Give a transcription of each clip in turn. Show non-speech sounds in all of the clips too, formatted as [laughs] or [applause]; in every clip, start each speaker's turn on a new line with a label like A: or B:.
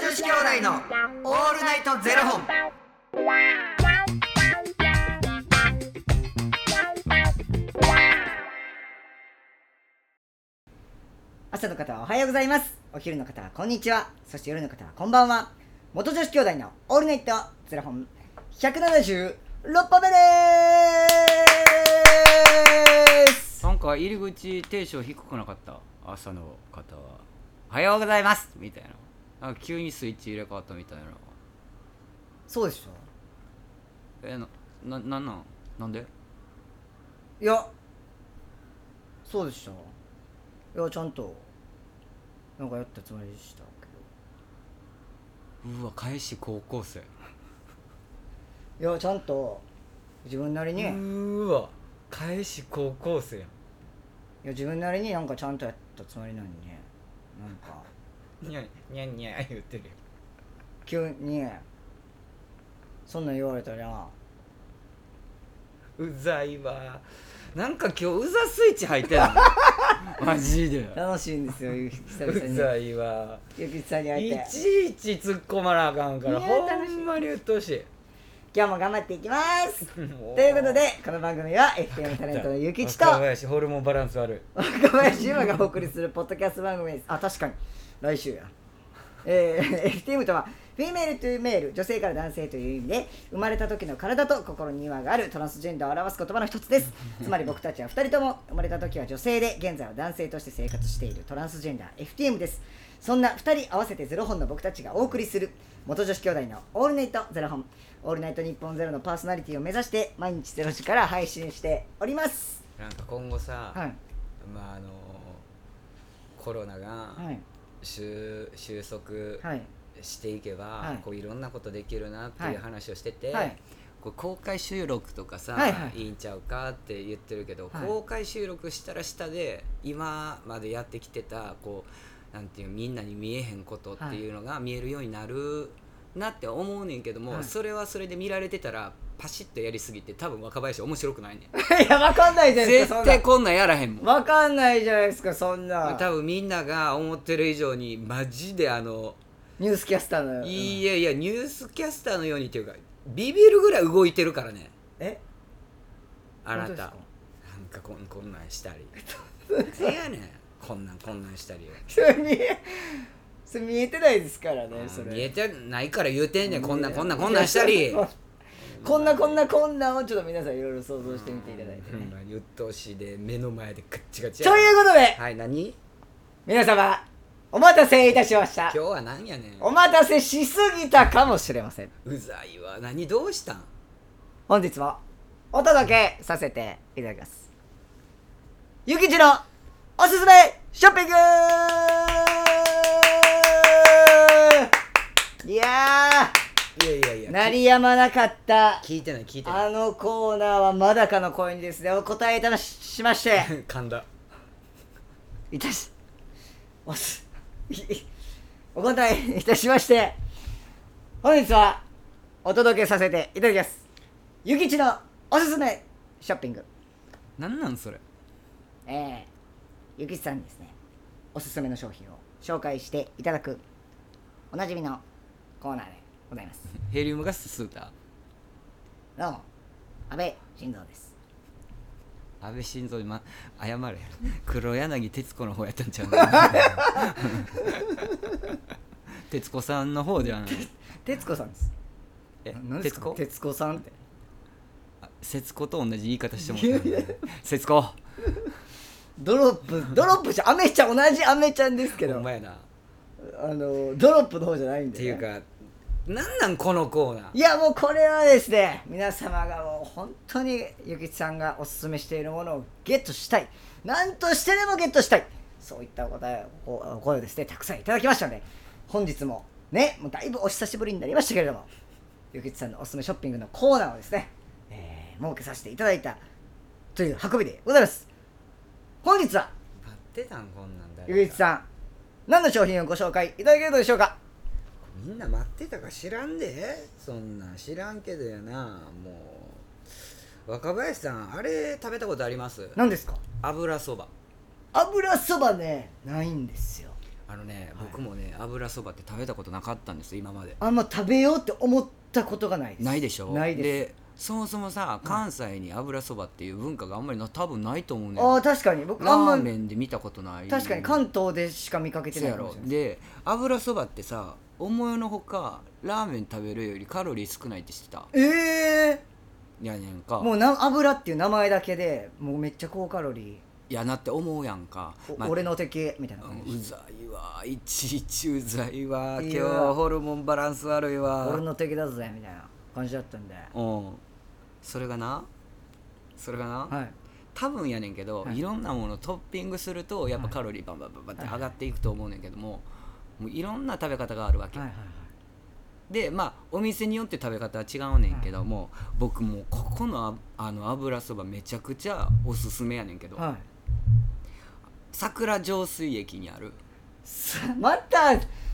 A: 子兄弟のオールナイトゼロ本。
B: 朝の方はおはようございますお昼の方はこんにちはそして夜の方はこんばんは元女子兄弟のオールナイトゼロ本176本目です
C: なんか入り口テンション低くなかった朝の方は「おはようございます」みたいななんか急にスイッチ入れ替わったみたいな
B: そうでしょ
C: えなななんなんなんで
B: いやそうでしたいやちゃんとなんかやったつもりでしたけ
C: うわ返し高校生
B: どいやちゃんと自分なりに、
C: う
B: い
C: ーわ返し高校生や
B: や自分なりになんかちゃんとやったつもりなのにねなんか
C: んにゃんにゃんにゃん言ってるやん
B: 急にそんなん言われたら
C: うざいわなんか今日うざスイッチ入って
B: [laughs]
C: ないマジで
B: 楽しいんです
C: [laughs]
B: よ久々
C: う
B: に
C: ざいわ
B: ゆきちさんに会え
C: い
B: て
C: ちいち突っ込まなあかんから
B: いや
C: ほ
B: 楽しい
C: んまにうっとうしい
B: 今日も頑張っていきます
C: と
B: とい
C: いう
B: ことでこの番組は FM タレントのゆきちと
C: 若林ホルモンバランス悪い
B: 若林優馬がお送りするポッドキャスト番組ですあ確かに来週やえー、FTM とはフィメールというメール女性から男性という意味で生まれた時の体と心に違和があるトランスジェンダーを表す言葉の一つですつまり僕たちは2人とも生まれた時は女性で現在は男性として生活しているトランスジェンダー FTM ですそんな2人合わせてゼロ本の僕たちがお送りする元女子兄弟の「オールナイトゼロ本」「オールナイト日本ゼロのパーソナリティを目指して毎日ゼロ時から配信しております
C: なんか今後さ、
B: はい
C: まああのコロナが
B: はい
C: 収収束
B: はい
C: していけば、
B: はい
C: こういろんなことできるなって
B: はいいう
C: 話をしてて、
B: はい
C: こう公開収録とかさ、
B: はい
C: い
B: はい
C: い、んちゃうかって言ってるけど、
B: はい
C: 公開収録したら下で今までやってきてたこうなんていうみんなに見えへんことっていうのが見えるようになるなって思うねんけども、
B: はい
C: それはそれで見られてたらパシッとやりすぎて多分若林面白くな
B: [laughs]
C: いねん
B: いや、わかんないじゃないですか。
C: 絶対こんなんやらへんも
B: そ
C: ん
B: んなわかんないじゃないですか、そんな。
C: 多分みんなが思ってる以上にマジであの
B: ニュースキャスターの。
C: いやいやニュースキャスターのようにっていうかビビるぐらい動いてるからね
B: え [laughs]
C: あなた
B: 本当です
C: なん
B: か
C: かこんこんなんしたりなんやねんこんなんこんなんしたりよ
B: それ見え、それ見えてないですからね、それ。
C: 見えてないから言うてんねんこんなんこんなんこんなんし
B: [laughs]
C: たり
B: こんなこんなこんなをちょっと皆さんいろいろ想像してみていただいて
C: ほん
B: ね。
C: まにうっとうしいで目の前でガッチガチや
B: ということで、
C: はい何
B: 皆様、お待たせいたしました
C: 今日。は何やねん
B: お待たせしすぎたかもしれません。
C: うざいわ何どうしたん
B: 本日もお届けさせていただきます。ゆきちのおすすめショッピングいや
C: いやいやい
B: ー、
C: や
B: 鳴りやまなかった。
C: 聞いてない聞いてない
B: あのコーナーはまだかの声にですね、お答えいたしまして、
C: [laughs] 噛んだ
B: いたし、おす、 [laughs] いいお答えいたしまして、本日はお届けさせていただきます。ゆきちのおすすめショッピング。
C: 何なんそれ
B: えー、ゆきちさんにですねおすすめの商品を紹介していただくおなじみのコーナーでございます
C: ヘリウムガス吸うた
B: どうも安倍晋三です
C: 安倍晋三に、ま、謝れやろ
B: [laughs]
C: 黒柳徹子の方やったんちゃうの徹子さんの方ではない
B: 徹子さんです
C: え
B: 何です
C: 徹
B: か
C: 子
B: 徹子さんって
C: あ節子と同じ言い方してもらった節子
B: ドロップドロップじゃアメちゃん同じアメちゃんですけ
C: お
B: ど
C: 前なっ
B: あのドロップの方じゃないんで、
C: て
B: ね、
C: いうかなんなんこのコーナー
B: いやもうこれはですね皆様がもう本当にゆきちさんがおすすめしているものをゲットしたいなんとしてでもゲットしたいそういったお答えおお声をですねたくさんいただきましたので本日もねもうだいぶお久しぶりになりましたけれどもゆきちさんのおすすめショッピングのコーナーをですね、えー設けさせていただいたという運びでございます本日は
C: 待ってたんこんなんだ
B: ゆきちさん何の商品をご紹介いただけるのでしょうか
C: みんな待ってたか知らんでそんなん知らんけどやなもう若林さんあれ食べたことあります
B: 何ですか
C: 油そば
B: 油そばねないんですよ
C: あのね、僕もね油そばって食べたことなかったんですよ今まで
B: あんま食べようって思ったことがないです
C: ないでしょ
B: ないです
C: そもそもさ関西に油そばっていう文化があんまりな多分ないと思うねん
B: ああ確かに僕
C: ラ
B: あんま
C: ーメンで見たことない
B: 確かに関東でしか見かけて
C: そう
B: ない
C: や
B: かも
C: ろ
B: しれない
C: で油そばってさ思いのほかラーメン食べるよりカロリー少ないって知ってた
B: え
C: やねん
B: え
C: か
B: もうな油っていう名前だけでもうめっちゃ高カロリ
C: いやなって思うやんか
B: ー、お
C: まあ
B: 俺の敵みたいな感じ、
C: うんうざいわいちいちうざいわ
B: いや
C: 今日はホルモンバランス悪いわ
B: 俺の敵だぜみたいな感じだったんでは
C: うんそれがなそれがな、
B: い
C: 多分やねんけど、
B: はい
C: い、ろんなものトッピングするとやっぱ
B: はい
C: カロリーバンバンバンバンって
B: はい
C: 上がっていくと思うねんけども,、もういろんな食べ方があるわけ、
B: はいはいはい
C: でまあお店によって食べ方は違うねんけども、僕もうここのああの油そばめちゃくちゃおすすめやねんけど、
B: はい
C: 桜上水駅にある
B: [laughs] さまた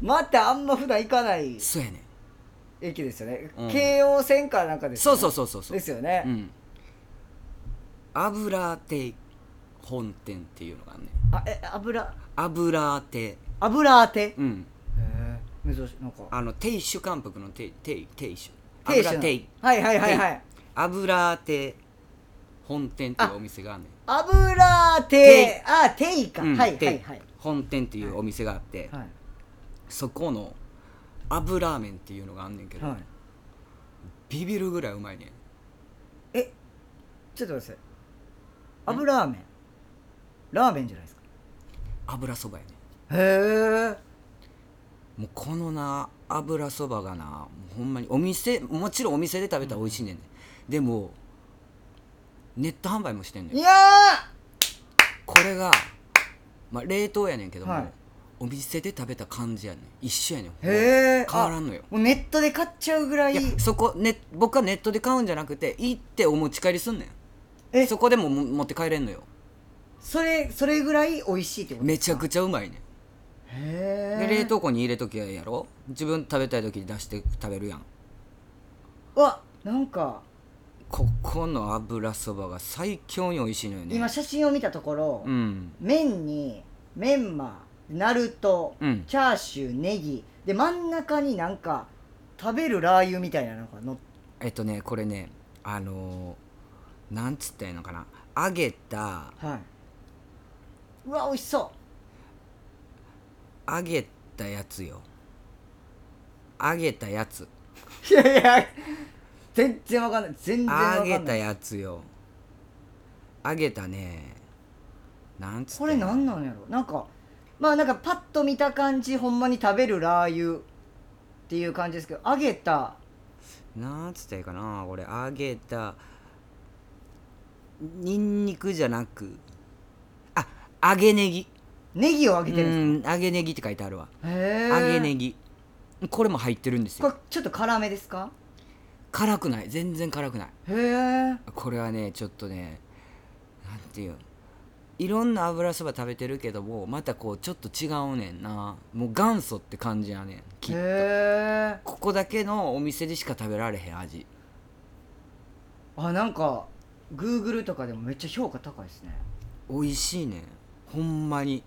B: またあんま普段行かない
C: そうやねん
B: 駅ですよね、
C: うん
B: 京王線かなんかです
C: そ
B: よ
C: う
B: ね
C: そうそうそうそう
B: ですよね、
C: うん、油亭本店っていうのがあるねん
B: あえ油
C: 油亭
B: 油当て、
C: うん
B: へえ珍しいなんか
C: あの亭主関白の亭亭亭主
B: 亭主の
C: 油亭
B: はいはいはいはい
C: 油亭本店っていうお店があるねん
B: 油
C: て
B: てあていか、
C: うん
B: はいはい
C: 亭
B: はい
C: 本店っていうお店があって、
B: はい
C: そこの油ラーメンっていうのがあんねんけど、
B: はい
C: ビビるぐらいうまいねん
B: えちょっと待ってください油ラーメンラーメンじゃないですか
C: 油そばやね
B: へえ
C: んもうこのな油そばがなもうほんまにお店もちろんお店で食べたら美味しいねんね、でもネット販売もしてんねん
B: いや
C: これが、まあ、冷凍やねんけども、
B: はい
C: お店で食べた感じやねん一緒やねん
B: ーへえ
C: 変わらんのよ
B: もうネットで買っちゃうぐら
C: い
B: い
C: やそこ、ね、僕はネットで買うんじゃなくて行ってお持ち帰りすんねん
B: え
C: そ
B: そ
C: こでもも持って帰れんのよ
B: れそれぐらい美味しいってこと
C: めちゃくちゃうまいね
B: へ
C: ん
B: え
C: で冷凍庫に入れときゃええやろ自分食べたい時に出して食べるやん
B: うわなんか
C: ここの油そばが最強に美味しいのよね
B: 今写真を見たところ、
C: うん
B: 麺にメンマナルト、
C: うん
B: チャーシューネギで真ん中になんか食べるラー油みたいなのがのっ
C: えっとねこれねあのーなんつったらいいのかな揚げた
B: はいうわ美味しそ
C: 揚げたやつよ揚げたやつ
B: う [laughs] いやいや全然わかんない全然わか
C: 揚げ
B: んな
C: た
B: い
C: やつよ揚げたねなんつった
B: こ
C: ら
B: れ
C: いいの
B: なんなんやろなんかまあなんかパッと見た感じほんまに食べるラー油っていう感じですけど揚げた
C: なんつったらいいかなこれ揚げたにんにくじゃなくあ揚げネギ
B: ネギを揚
C: う
B: げてるんです
C: ん揚げネギって書いてあるわ
B: かへ
C: 揚
B: ー
C: げネギこれも入ってるんです
B: こ
C: よ
B: れちょっと辛めですか
C: 辛くない全然辛くない
B: へえ
C: これはねちょっとねなんていういろんな油そば食べてるけどもまたこうちょっと違うねんなもう元祖って感じやねんきっと
B: へえ
C: ここだけのお店でしか食べられへん味
B: あなんかグーグルとかでもめっちゃ評価高いですね
C: 美味しいねんほんまに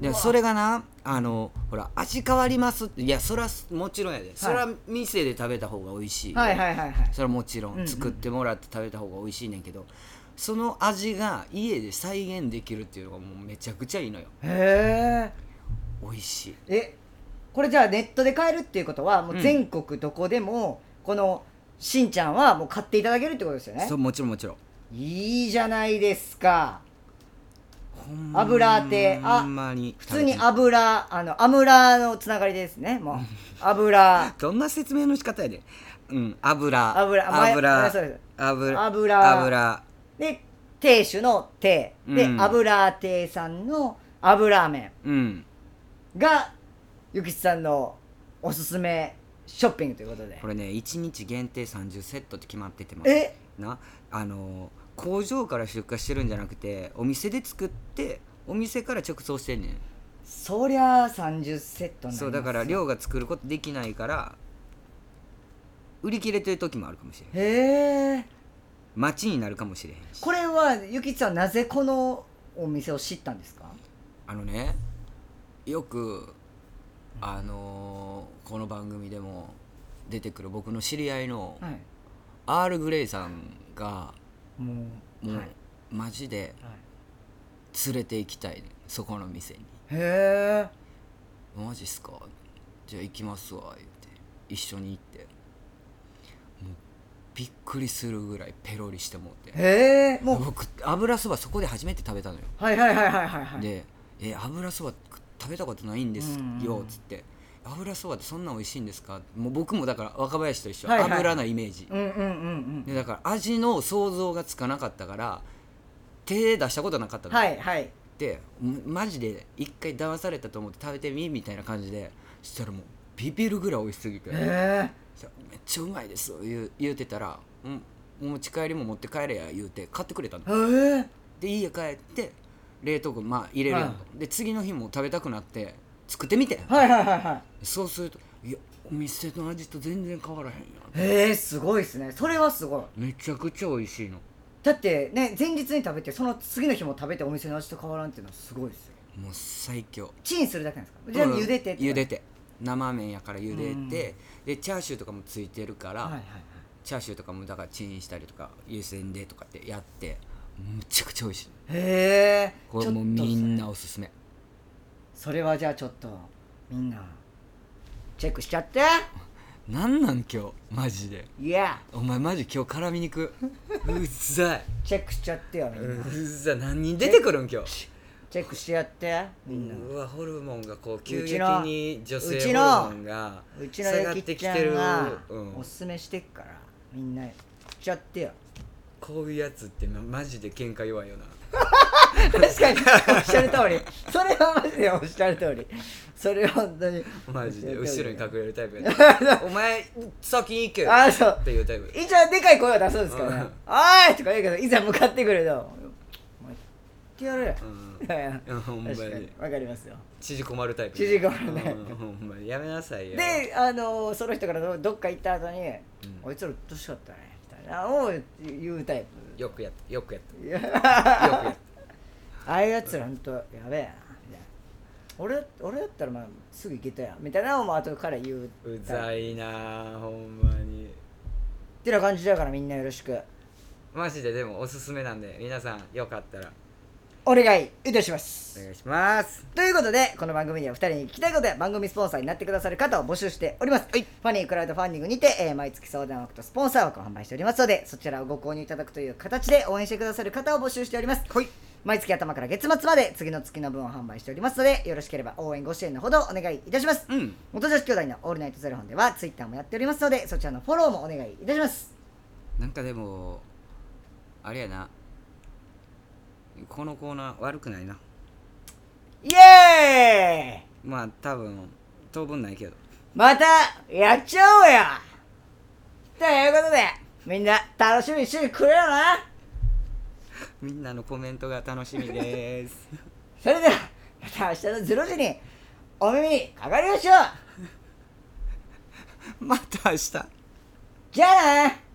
C: で
B: うわ
C: それがなあのほら味変わりますっていやそらもちろんやで、そら店で食べた方が美味しい、
B: はいはいはいはい
C: それはもちろ
B: うんうん
C: ん作ってもらって食べた方が美味しいねんけど、その味が家で再現できるっていうのがもうめちゃくちゃいいのよ
B: へ
C: 美味しい
B: ええこれじゃあネットで買えるっていうことはもううん全国どこでもこのしんちゃんはもう買っていただけるってことですよね
C: そうもちろんもちろん
B: いいじゃないですか
C: ほん
B: 油揚げあ
C: ほんまに
B: 普通に
C: 食べてみ
B: 油あのアムラのつながりですねもう油
C: どんな説明の仕方やでうん油
B: [laughs] 油前前
C: 油
B: そうです
C: 油
B: 油
C: 油
B: で亭主の亭で、
C: うん
B: 油亭さんの油麺
C: うん
B: がゆきちさんのおすすめショッピングということで
C: これね1日限定30セットって決まってても
B: え
C: なあの工場から出荷してるんじゃなくてお店で作ってお店から直送してんねん
B: そりゃあ30セットになります
C: そうだから
B: へ
C: 量が作ることできないから売り切れてる時もあるかもしれへん
B: え
C: 待ちになるかもしれへんし
B: これはゆきちさんはなぜこのお店を知ったんですか
C: あのねよくあのーこの番組でも出てくる僕の知り合いの
B: はい
C: アール・グレイさんが
B: もう
C: もう
B: はい
C: マジで
B: はい
C: 連れて行きたいねそこの店に
B: へえ
C: 「マジっすかじゃあ行きますわ」言って一緒に行ってもうびっくりするぐらいペロリしてもって
B: へえもう
C: 僕油そばそこで初めて食べたのよ
B: はいはいはいはいはいはい
C: で「え油そば食べたことないんです
B: うんう
C: よ
B: ん」
C: つって「油そばってそんな美味しいんですか?」もう僕もだから若林と一緒、
B: はいはい
C: 油なイメージ、
B: うんうんうんう
C: でだから味の想像がつかなかったから手出したことなかった
B: ん
C: の、
B: はいはい
C: でマジで一回騙されたと思って食べてみみたいな感じでしたらもうビビるぐらい美味しすぎて「
B: へ
C: めっちゃうまいです」言う言うてたら「うん持ち帰りも持って帰れや」言うて買ってくれたの
B: えへえ
C: で家帰って冷凍庫まあ入れるやんと、で次の日も食べたくなって作ってみてん
B: はいはいはいはい
C: そうすると「いやお店の味と全然変わらへんやん
B: へえすごいですねそれはすごい
C: めちゃくちゃ美味しいの
B: だってね前日に食べてその次の日も食べてお店の味と変わらんっていうのはすごいですよ
C: もう最強
B: チンするだけなんですかじゃあ茹でてって
C: 茹でて生麺やから茹で
B: うん
C: てでチャーシューとかもついてるから、
B: はいはいはい
C: チャーシューとかもだからチンしたりとか湯煎でとかってやってむちゃくちゃ美味しい
B: へえ
C: これもうみんなおすすめ
B: それはじゃあちょっとみんなチェックしちゃって
C: なんなん今日マジで
B: いや
C: お前マジ今日絡みにくうっざい
B: チェックしちゃってよみんな、
C: うっざ何人出てくるん今日
B: チェックしてやってみんな、
C: うわホルモンがこう急
B: ち
C: 激
B: の
C: に女
B: う
C: 性
B: ち
C: ホル
B: の
C: モンが
B: うちの
C: 下がっ
B: ゆ
C: て
B: き
C: き
B: ちゃ
C: て
B: ん
C: る
B: が
C: うん
B: おすすめしてっから、みんなしちゃってよ
C: こういうやつってまマジで喧嘩弱いよな
B: 確かにおっしゃる通りそれはマジでおっしゃる通りそれは本当に
C: マジ
B: [laughs]
C: で
B: おっしゃ
C: 後
B: る通
C: ろ
B: り
C: に隠れるタイプや
B: [laughs]
C: なお前先に行けよ
B: あそう
C: っていうタイプ
B: 一応でかい声を出すんですから
C: う
B: ね
C: ん
B: 「おい!」とか言うけどいざ向かってくると「お前行ってやるよ」
C: うん
B: いやいや
C: うん [laughs] ほんまに
B: 確かにわかりますよ
C: 縮こまるタイプ
B: 縮こまるタイプ
C: うんほんまにやめなさいよ
B: であのーその人からどどっか行った後に「
C: ん
B: あいつらうっとうしかったね」みたいなのを言うタイ
C: よくやったよくや [laughs] っ
B: プいや
C: たよくやっ
B: [laughs] ああいうやつらほんとやべえなみたいな俺俺だったらまあすぐ行けたやんみたいなのをまあ後から言う
C: た
B: タイ
C: う
B: プ
C: ざいなほんまに
B: ってな感じだからみんなよろしく
C: マジででもおすすめなんで皆さんよかったら
B: お願いいたしま
C: お
B: す
C: 願いします
B: ということでこの番組では2人に聞きたいことや番組スポンサーになってくださる方を募集しております、ファニークラウドファンディングにて、えー毎月相談枠とスポンサー枠を販売しておりますのでそちらをご購入いただくという形で応援してくださる方を募集しております毎月頭から月末まで次の月の分を販売しておりますのでよろしければ応援ご支援のほどお願いいたします、
C: うん
B: 元女子兄弟のオールナイトゼロ本ではツイッターもやっておりますのでそちらのフォローもお願いいたします
C: なんかでもあれやなこのコーナー悪くないな
B: イエーイ
C: まあ多分当分ないけど
B: またやっちゃおうよということでみんな楽しみにしてくれよな
C: みんなのコメントが楽しみです [laughs]
B: それではまた明日の0時にお耳にかかりましょう
C: また明日
B: じゃあな